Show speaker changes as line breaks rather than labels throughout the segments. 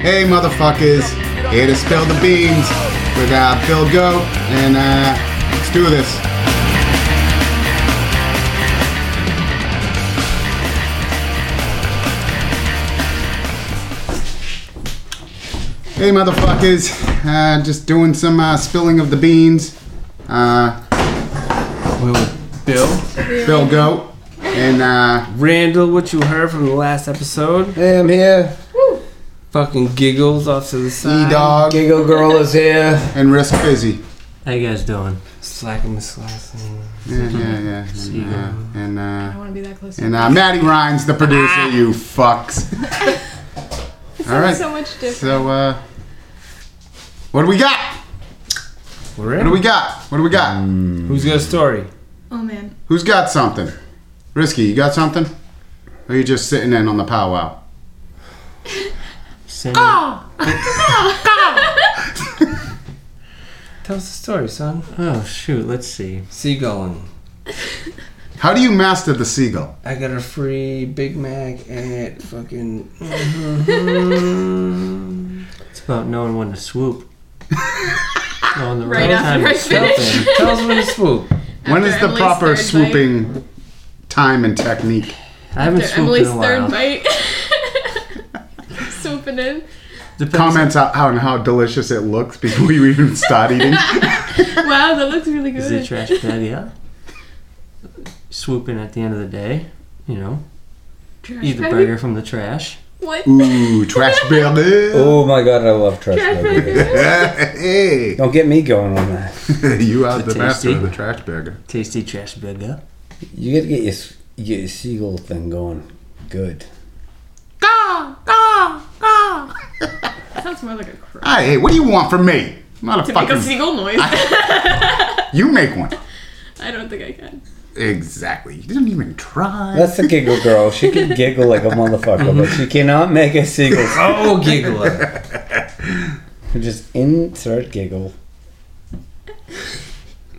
Hey, motherfuckers, here to spill the beans with uh, Bill Go, and uh, let's do this. Hey, motherfuckers, uh, just doing some uh, spilling of the beans. Uh,
Well, Bill,
Bill Go, and uh,
Randall, what you heard from the last episode?
Hey, I'm here.
Fucking giggles off to the side.
E Dog,
Giggle Girl is here.
and Risk Fizzy.
How you guys doing?
Slacking Miss Slacking.
Yeah, yeah, yeah. And, uh, and uh,
I want to be that close. to
And
you.
uh, Maddie Ryan's the producer, you fucks.
It
all right.
sounds so much different.
So, uh, what do we got?
We're
What do
in.
we got? What do we got?
Who's got a story?
oh man,
Who's got something? Risky, you got something? Or are you just sitting in on the powwow?
Sam.
Oh.
Tell us the story, son.
Oh shoot, let's see.
Seagulling.
How do you master the seagull?
I got a free Big Mac at fucking. Mhm.
It's about knowing when to swoop. knowing the
Right
right
after
time to
I
Tell
step
finish.
in.
them. Tell us when to swoop.
when
After
is the
Emily's
proper
third
swooping time and technique?
I haven't
After
swooped
Emily's
in a
third
while.
bite. Swooping in.
Depends-
Comments on on how delicious it looks before you even start eating.
Wow, that looks really
Is it a
good.
trash bad? Yeah. Swooping at the end of the day, you know,
Trash
eat the
bag?
burger from the trash.
What?
Ooh, trash belly.
Oh my god, I love trash
Trash
burger.
burger.
hey,
Don't get me going on that.
you are
Is it
the master of
tasty?
the trash burger.
Tasty trash burger.
You gotta get your, s- you get your seagull thing going. Good.
Caw, caw, caw. Sounds more like a
Ah,
crow.
Hey, hey, what do you want from me? I'm not a
To make
fucking.
a seagull noise.
you make one.
I don't think I can.
Exactly. You didn't even try.
That's the giggle girl. She can giggle like a motherfucker, but she cannot make a seagull.
Oh, giggler.
Just insert giggle.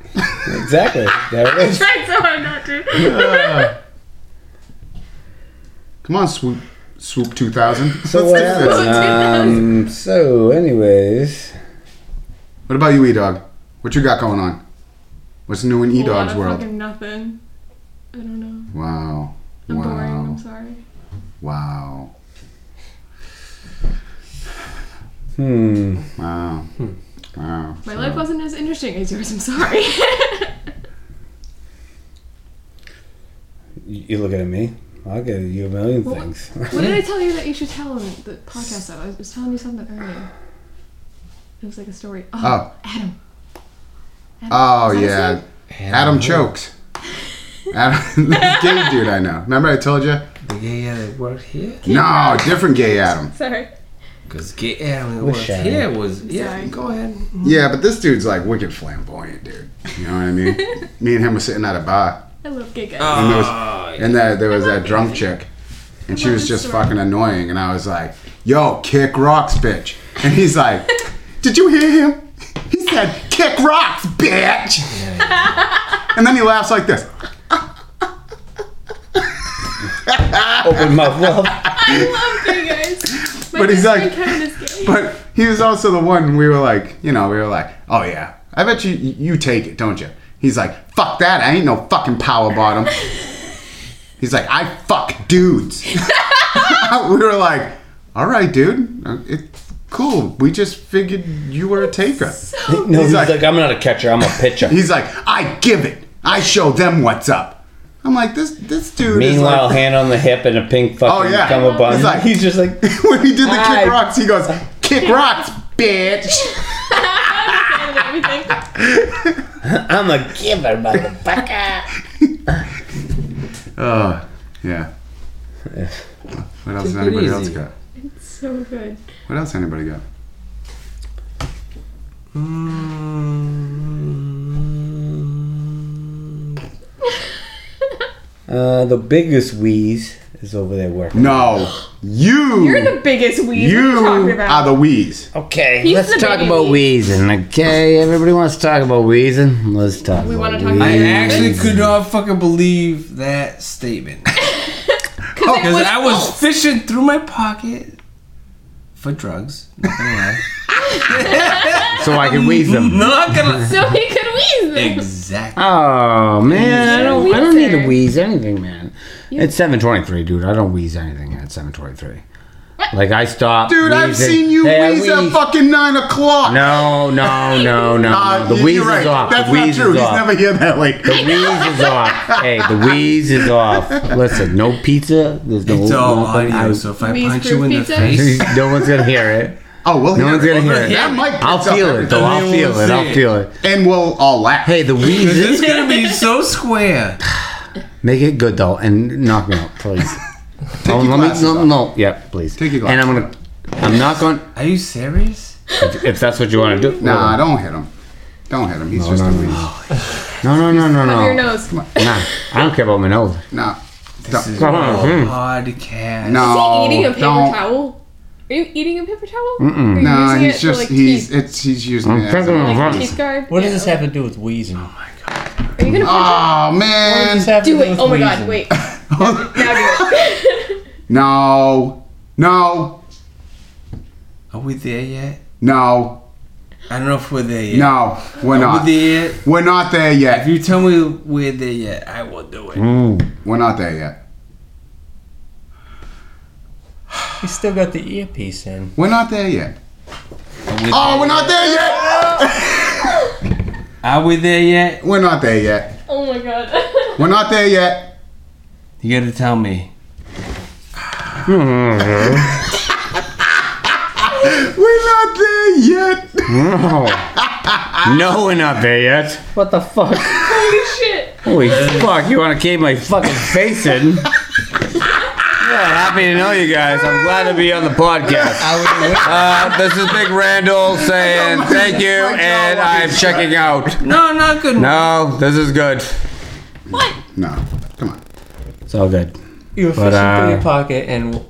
Exactly. There it is.
Tried so hard not to.
Come on, swoop, swoop two thousand.
So what happened? Um, so, anyways,
What about you, E Dog? What you got going on? What's new in E
A lot
Dog's
of
world?
Fucking nothing. I don't know.
Wow.
I'm boring.
wow.
I'm sorry.
Wow.
hmm.
Wow. Wow. So-
My life wasn't as interesting as yours. I'm sorry.
You you looking at me? I'll give you a million things.
what did I tell you that you should tell in the podcast? Though I was telling you something earlier. It was like a story.
Oh.
Adam.
Oh
Is that his
yeah.
name?
Adam chokes. Adam, this gay dude I know. Remember I told you?
The gay Adam that worked here?
No, different gay Adam.
Sorry.
Because gay Adam that
We're
worked
shy.
here was. Yeah,
Sorry.
go ahead.
Mm-hmm.
Yeah, but this dude's like wicked flamboyant, dude. You know what I mean? Me and him were sitting at a bar.
I love gay guys.
Oh,
And that there was that drunk chick, and she
love
was
this
just
story.
fucking annoying. And I was like, "Yo, kick rocks, bitch!" And he's like, "Did you hear him? He said, kick rocks, bitch!" And then he laughs like this.
Open mouth love.
I love gay guys. My
But he's like-
best friend Kevin is gay.
But he was also the one we were like, you know, we were like, "Oh yeah, I bet you you take it, don't you?" He's like, "Fuck that! I ain't no fucking power bottom." He's like, "I fuck dudes." we were like, "All right, dude, Uh, it, cool. We just figured you were a taker."
No, he's,
like-
like, I'm not a catcher. I'm a pitcher.
He's like, "I give it. I show them what's up." I'm like, "This this dude
Meanwhile,
is like."
hand on the hip and a pink fucking
Oh, yeah.
cummerbund.
He's
He's,
like-
just like,
when he did the
I-
kick rocks, he goes, "Kick rocks, bitch."
And everything.
I'm a giver, motherfucker.
Oh, yeah. What else? Has
it
anybody
easy.
else got?
So good.
What else? Anybody got?
Mm.
Uh, the biggest wheeze is over there working.
No, you.
You're the biggest weeb.
you
talking about.
are the wheeze.
Okay,
He's
let's
the
talk
baby.
about wheezing. Okay, everybody wants to talk about wheezing. Let's talk.
We
about
wanna talk
wheezing.
about
I actually could not fucking believe that statement. Oh,
Because
Because I was fishing through my pocket for drugs. Not gonna lie.
So I can wheeze them.
Not gonna.
So he could wheeze them.
Exactly.
Oh man, I don't. I don't need to
Wheezer.
wheeze anything, man. It's seven twenty-three, dude. I don't wheeze anything at seven twenty-three. Like I stop.
Dude, I've
wheezing.
seen you
Hey, I
wheeze at
wheeze.
fucking nine o'clock.
No, no, no, no.
Uh,
no. the
you're
wheeze
right.
is off.
That's
the
not
wheeze
true.
is
He's
off.
never here that late.
the wheeze is off. Hey, the wheeze is off. Listen, no pizza. There's no.
It's all
nothing.
audio,
I-
so if I
Wheeze
punch you in the
pizza?
face,
no one's gonna hear it.
Oh, well,
No one's gonna hear it.
That mic
I'll
picks up
feel it
everything.
though. I'll
Everyone
feel
will
it. I'll
see it.
feel it.
And we'll all laugh.
Hey, the wheeze
it's
is
gonna be so square.
Make it good though, and knock me out, please. oh,
your
let me,
glasses
no,
off.
no, yeah, please.
Take your
And I'm gonna, I'm not going.
Are you serious?
to If that's what you want to do.
Nah, don't hit him. Don't hit him. He's just
no,
a
no.
wheeze.
No, no, no, no, no.
Up your nose. Is
Nah, I don't care about my nose.
Nah.
This is a
Uh-huh. Hmm.
Mhm.
podcast.
No.
he eating a paper
don't.
towel? Are you eating a paper towel? Mm-mm.
Nah, he's just he's it's he's using it. As
taking
a,
a-
Like
Right.
a teeth guard?
What
Yeah.
does this have to do with wheezing?
Oh
Are you gonna
oh man.
do it? Oh my god! Wait. now do it.
No. No.
Are we there yet?
No.
I don't know if we're there yet.
No. We're
Are
not.
we there yet?
We're not there
If
yet.
you tell me we're there yet, I will do it.
We're not there yet.
He still got the earpiece in.
We're not there yet.
Are we,
Oh, we're not there yet.
are we there yet?
We're not there yet.
oh my god.
We're not there yet.
You gotta tell me.
We're not there yet.
No, no, we're not there yet. What the fuck?
Holy shit!
Holy fuck! You want to cave my fucking face in? Yeah, happy to know you guys. I'm glad to be on the podcast. Uh, this is Big Randall saying thank you, and I'm checking out.
No, not good.
No, this is good.
No. Come on.
It's all good.
You were
But,
fishing
uh,
through your pocket, and wh-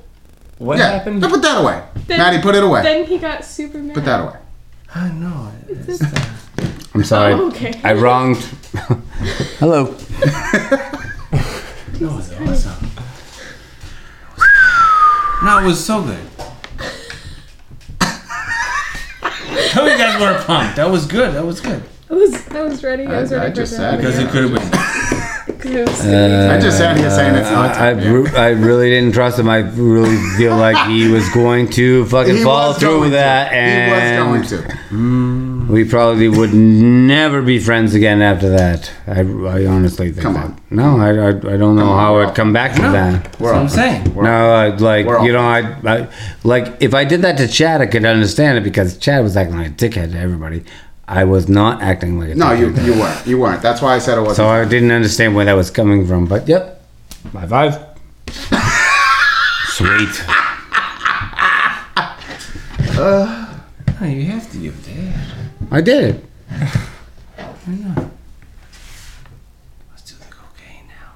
what
Yeah.
happened?
No, put that away.
Then-
Maddie, put it away.
Then he got super mad.
Put that away.
I know.
I'm sorry.
Oh, okay.
I wronged. Hello.
That was awesome. No, it was so good. Tell me guys were pumped. That was good. That was good.
I was I was ready. I was
I
ready for
just said
that.
it.
Because it could have been.
Uh,
I just sat here saying it's not
I, I,
time.
re- I really didn't trust him. I really feel like he was going to fucking
He
follow
was
through
going
with
to.
that, and
he was going to.
we probably would never be friends again after that. I, I honestly think
Come
that.
on.
No, I, I, I don't know
on,
how
we're
I'd
all-
come back from
No.
that.
That's what I'm saying.
No, I, like
We're all-
you know, I, I like if I did that to Chad, I could understand it because Chad was acting like a dickhead to everybody. I was not acting like a
No,
dickhead.
you you weren't. You weren't. That's why I said it wasn't.
So I didn't understand where that was coming from. But yep, high five. Sweet.
No, you have to give it there.
I did.
Let's do the cocaine now.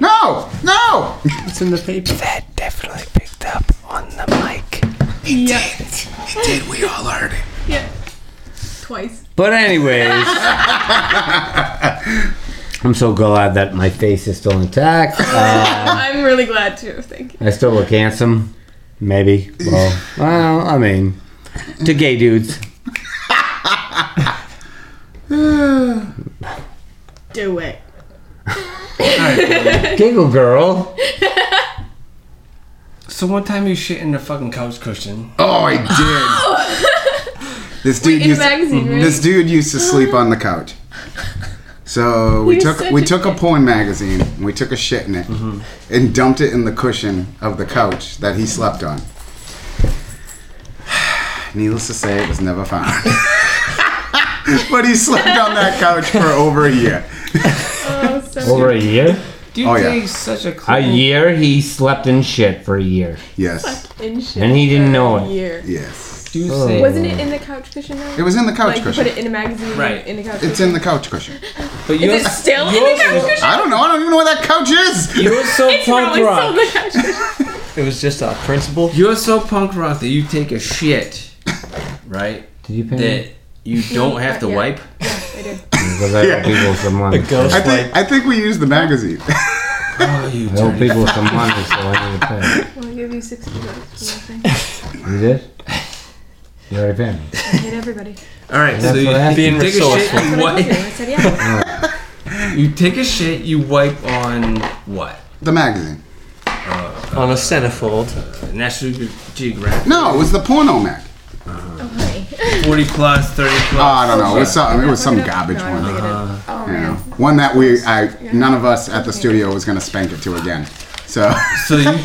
no, no.
It's in the paper.
That definitely picked up on the mic.
Yeah.
Did we all heard it?
Yeah. Twice.
But anyways, I'm so glad that my face is still intact. Uh,
I'm really glad too. Thank you.
I still look handsome. Maybe. Well, well, I mean, to gay dudes.
Do it.
Giggle girl.
So one time you shit in the fucking couch cushion.
Oh, I did. this dude
Wait, in a
used
magazine, right?
this dude used to sleep on the couch. So we
You're
took
such
we
a
took a
dick.
porn magazine, and we took a shit in it, and dumped it in the cushion of the couch that he slept on. Needless to say, it was never found. but he slept on that couch for over a year.
Oh, so
Over a year?
Do you
Oh, yeah.
take such a
A
clean
year he slept in shit for a year.
Yes,
in shit
And he didn't
for
know
a
it.
Year.
yes.
Do you say
Wasn't it in the couch cushion though?
It was in the couch
like you
cushion.
put it in a magazine.
Right.
In the couch.
it's
cushion.
in the couch cushion.
But
Is
you're,
it still in the couch cushion?
I don't know. I don't even know where that couch is.
You were so
It's
punk
probably still
rock.
in the couch cushion.
It was just a principle.
you're so punk rock that you take a shit, right?
Did you pay
That you don't have to
yeah.
wipe.
Yeah, I did.
Because I owe people some money.
ghost
I think I think we used the magazine.
Oh, you
I owe
dirty.
people some money, so I need to pay.
Well, I gave you 60 bucks for nothing.
You did? You already paid me.
I hate everybody.
All right, so
That's
you,
what I have to
you
do.
take a shit,
That's
you
what I told you.
wipe,
I said, yeah.
you take a shit, you wipe on what?
The magazine.
on a centerfold.
National Ge- Geographic.
No, it was the porno mag.
Oh, honey.
40 plus, 30
Oh, I
plus.
don't know. It was some, it was some
No, I
garbage
don't
one. Uh-huh.
think it is. Oh,
You know,
man.
one that we, I, none of us at the studio was gonna spank it to again. So,
So you.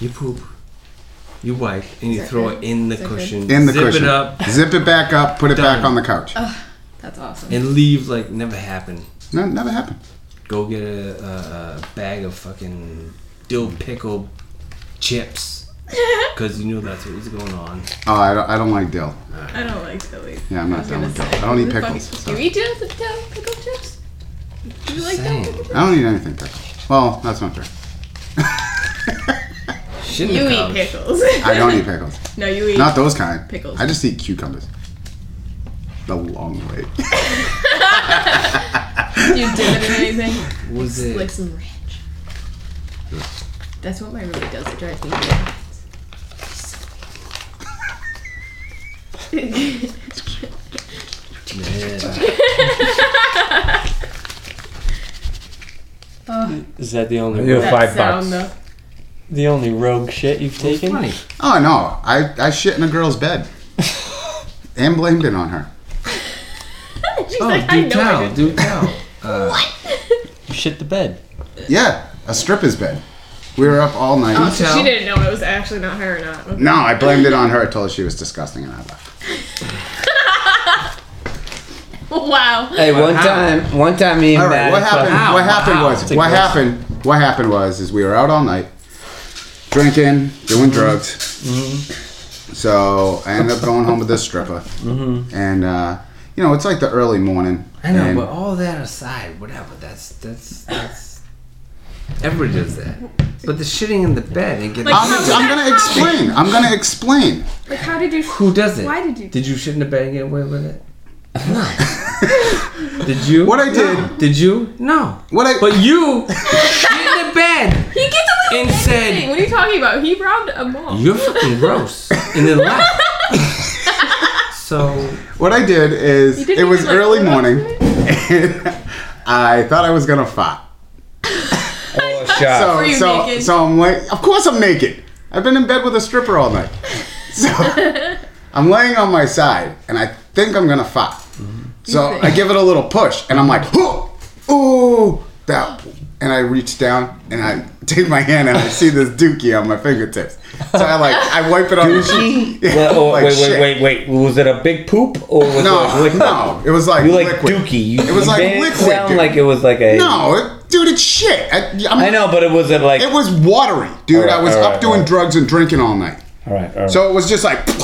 you poop. You wipe and you
that
throw
good?
it in the
that good?
cushion.
in the
zip
cushion,
it up
zip it back up, put it back
Done.
on the couch.
That's awesome.
and leave like never happened.
No, never happened.
Go get a, a, a bag of fucking dill pickle chips because you knew that's what was going on.
Oh, I don't, I don't like dill.
I don't like Philly.
Yeah, I'm not
I was
down
gonna
with
say.
dill. I don't eat
Who the fuck
pickles,
is-
so-
You eat dill with dill pickle chips? Do you like dill
saying.
pickle chips?
I don't eat anything pickled. Well, that's not true.
Shit in
You
the
eat
couch.
pickles.
I don't eat pickles.
No, you eat.
Not those kind.
Pickles.
I just eat cucumbers. The long way.
You dip it in anything?
What was it?
Like some ranch. That's what my roommate does. It drives me nuts.
Yeah.
Is that the only
Yeah.
rogue,
That
Five
sound, though.
bucks.
the only rogue shit you've taken?
Funny.
Oh no, I, I shit in a girl's bed. and blamed it on her.
She's
Oh,
like, I
do
know I
tell,
did.
do tell.
You shit the bed.
Yeah, a stripper's bed. We were up all night.
Oh, so
tell.
she didn't know it was actually not her or not. Okay.
No, I blamed it on her. I told her she was disgusting and I left.
Wow.
Hey, one time, one time, me and
All right,
Matt
what
had fucking-
happened?
Wow,
what happened
wow.
was
It's a
what
gross-
happened? What happened was is we were out all night, drinking,
Mm-hmm.
doing drugs. So I ended up going home with this stripper, and uh, you know it's like the early morning.
Mm-hmm. I know,
and-
but all that aside, whatever. That's that's that's. Everybody does that. But the shitting in the bed and getting.
Like-
I'm, I'm gonna explain. I'm gonna explain.
Like, how did you?
who does it?
Why did you?
Did you shit in the bed and get away with it? No. did you?
What I did.
Did you? No.
What I
But you shit in the bed
He gets away
and
with everything.
said
What are you talking about? He robbed a mall.
you're fucking gross and then left. so
what I did
You
is
didn't
it was
even, like,
early
put up
morning.
to it?
And I thought I was gonna fart.
Oh, shot.
So
Were you
so
naked?
so I'm like, of course I'm naked. I've been in bed with a stripper all night. So I'm laying on my side and I think I'm gonna fart. So
Mm-hmm. You think.
I give it a little push and I'm like, "Hoo! ooh, that. And I reach down and I take my hand and I see this dookie on my fingertips. So I like, I wipe it on the sheet. Yeah,
Well, oh,
like
wait, wait,
shit.
wait, wait. Was it a big poop or was it like
No,
liquid?
no, it was like
You like
liquid.
dookie. You
It was like
made
liquid,
It sound
dude.
like it was like a.
No, it, dude, it's shit. I, I'm-
I know, but it was it like.
It was watery, dude.
All right,
I was
all
up
right, all
doing
right.
drugs and drinking all night.
all right, all right.
So it was just like, you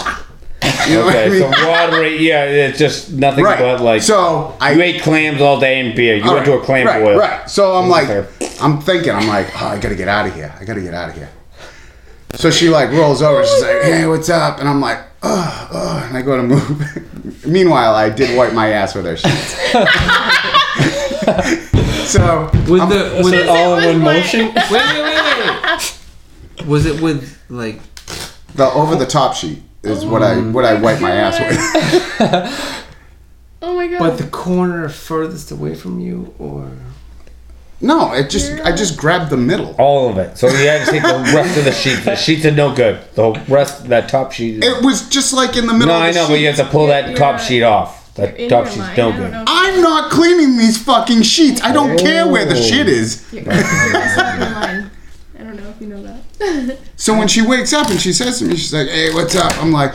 know
okay,
what I mean?
so watery. Yeah, it's just nothing
right.
but like.
so I
you ate clams all day and beer. You
all
went
right,
to a clam
right,
boil.
Right. So I'm like,
Wasn't
I'm thinking, I'm like, oh, I gotta get out of here. I gotta get out of here. So she like rolls over. She's like, hey, what's up? And I'm like, oh, oh, and I go to move. Meanwhile, I did wipe my ass with her sheets. so
with the with
Was it
the,
all in one
Wait.
motion?
wait, wait, wait, wait. Was it with like
the over the top sheet is what I what I wipe my ass with.
Oh my god.
but the corner furthest away from you or
No, it just I just grabbed the middle.
All of it. So you had to take the rest of the sheets. The sheets are no good. The rest, that top sheet. Is,
It was just like in the middle.
no,
of the
I know, but you
sheet.
have to pull that
You're
top
right.
sheet off.
You're
That
in
top
your
sheet's
mind.
no
I
good.
don't know.
I'm not cleaning these fucking sheets. I don't care where the
Oh.
shit is.
You're, you're in your mind. I don't know if you know that.
So when she wakes up and she says to me, she's like, "Hey, what's up?" I'm like,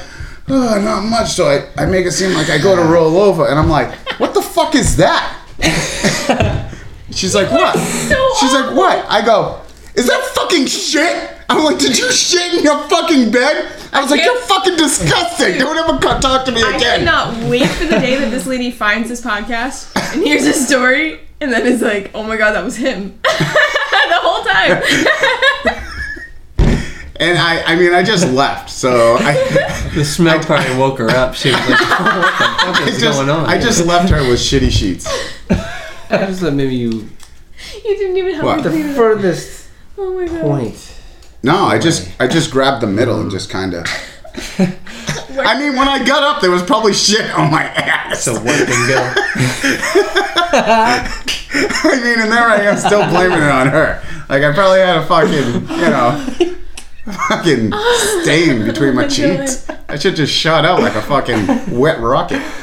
"Oh, not much." So I, I make it seem like I go to roll over, and I'm like, "What the fuck is that?" she's like, "What?"
so
she's like, "What?" I go, "Is that fucking shit?" I'm like, "Did you shit in your fucking bed?" I was like,
can't-
"You're fucking disgusting. Don't ever co- talk to me
I
again."
cannot wait for the day that this lady finds this podcast and hears this story and then is like, oh my god, that was him. the whole time.
And I, I mean, I just left. So I,
The smell probably woke her up. She was like, "What the fuck
I
is
just,
going on?"
I just left her with shitty sheets.
I just thought maybe you.
You didn't even help
What?
me
The
clean it up.
furthest
Oh my god.
point.
No, I just, I just grabbed the middle and just kind of. I mean, when I got up, there was probably shit on my ass.
so one can go.
I mean, and there I am still blaming it on her. Like I probably had a fucking, you know, fucking stain between my
Oh my
cheeks. I should just shot out like a fucking wet rocket.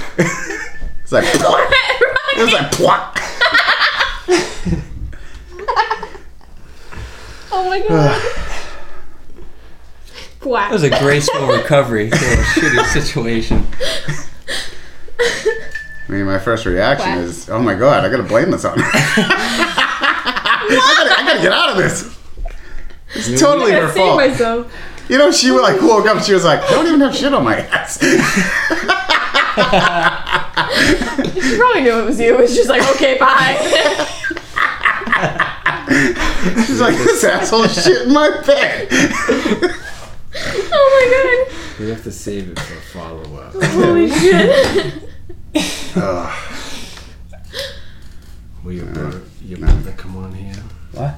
It's like it was like pluck.
Oh my god. Quack.
That was a graceful recovery for a shitty situation.
I mean, my first reaction
Quack.
is, oh my god, I gotta blame this on her. I, gotta, I gotta get out of this. It's totally
I
her
gotta save
fault.
myself.
You know, she like woke up. She was like, I don't even have shit on my ass.
She probably knew it was you. It was just like, okay, bye.
She's like, this asshole shit in my bed.
oh my
We have to save it for follow up.
god. Holy shit.
Ugh.
Will your brother, your brother come on here?
What?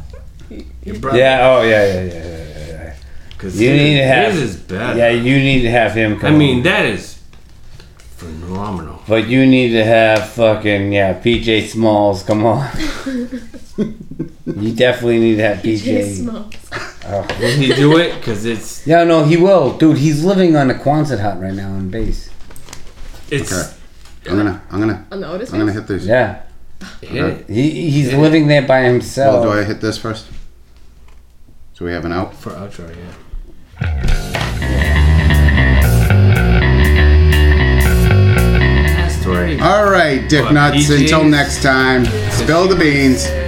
Your brother.
Yeah. Oh yeah. Yeah. Yeah. Yeah. yeah, yeah.
Cause
You
his,
need to have-
his is better.
Yeah, you need to have him
I
come.
mean, that is phenomenal.
But you need to have fucking yeah, PJ Smalls. Come on. you definitely need to have
Jay
PJ.
smokes.
Will he do it? Because it's
Yeah, no, he will, dude. He's living on a Quonset hut right now on base.
it's
Okay. I'm gonna, I'm gonna,
On the Otis
I'm gonna hit these.
Yeah,
hit it
he he's living there by himself.
Well, Oh, do I hit this first? So we have an out.
for outro. Yeah. Last story.
All right, Dick
What,
Nuts.
PJs?
Until next time, spill the beans.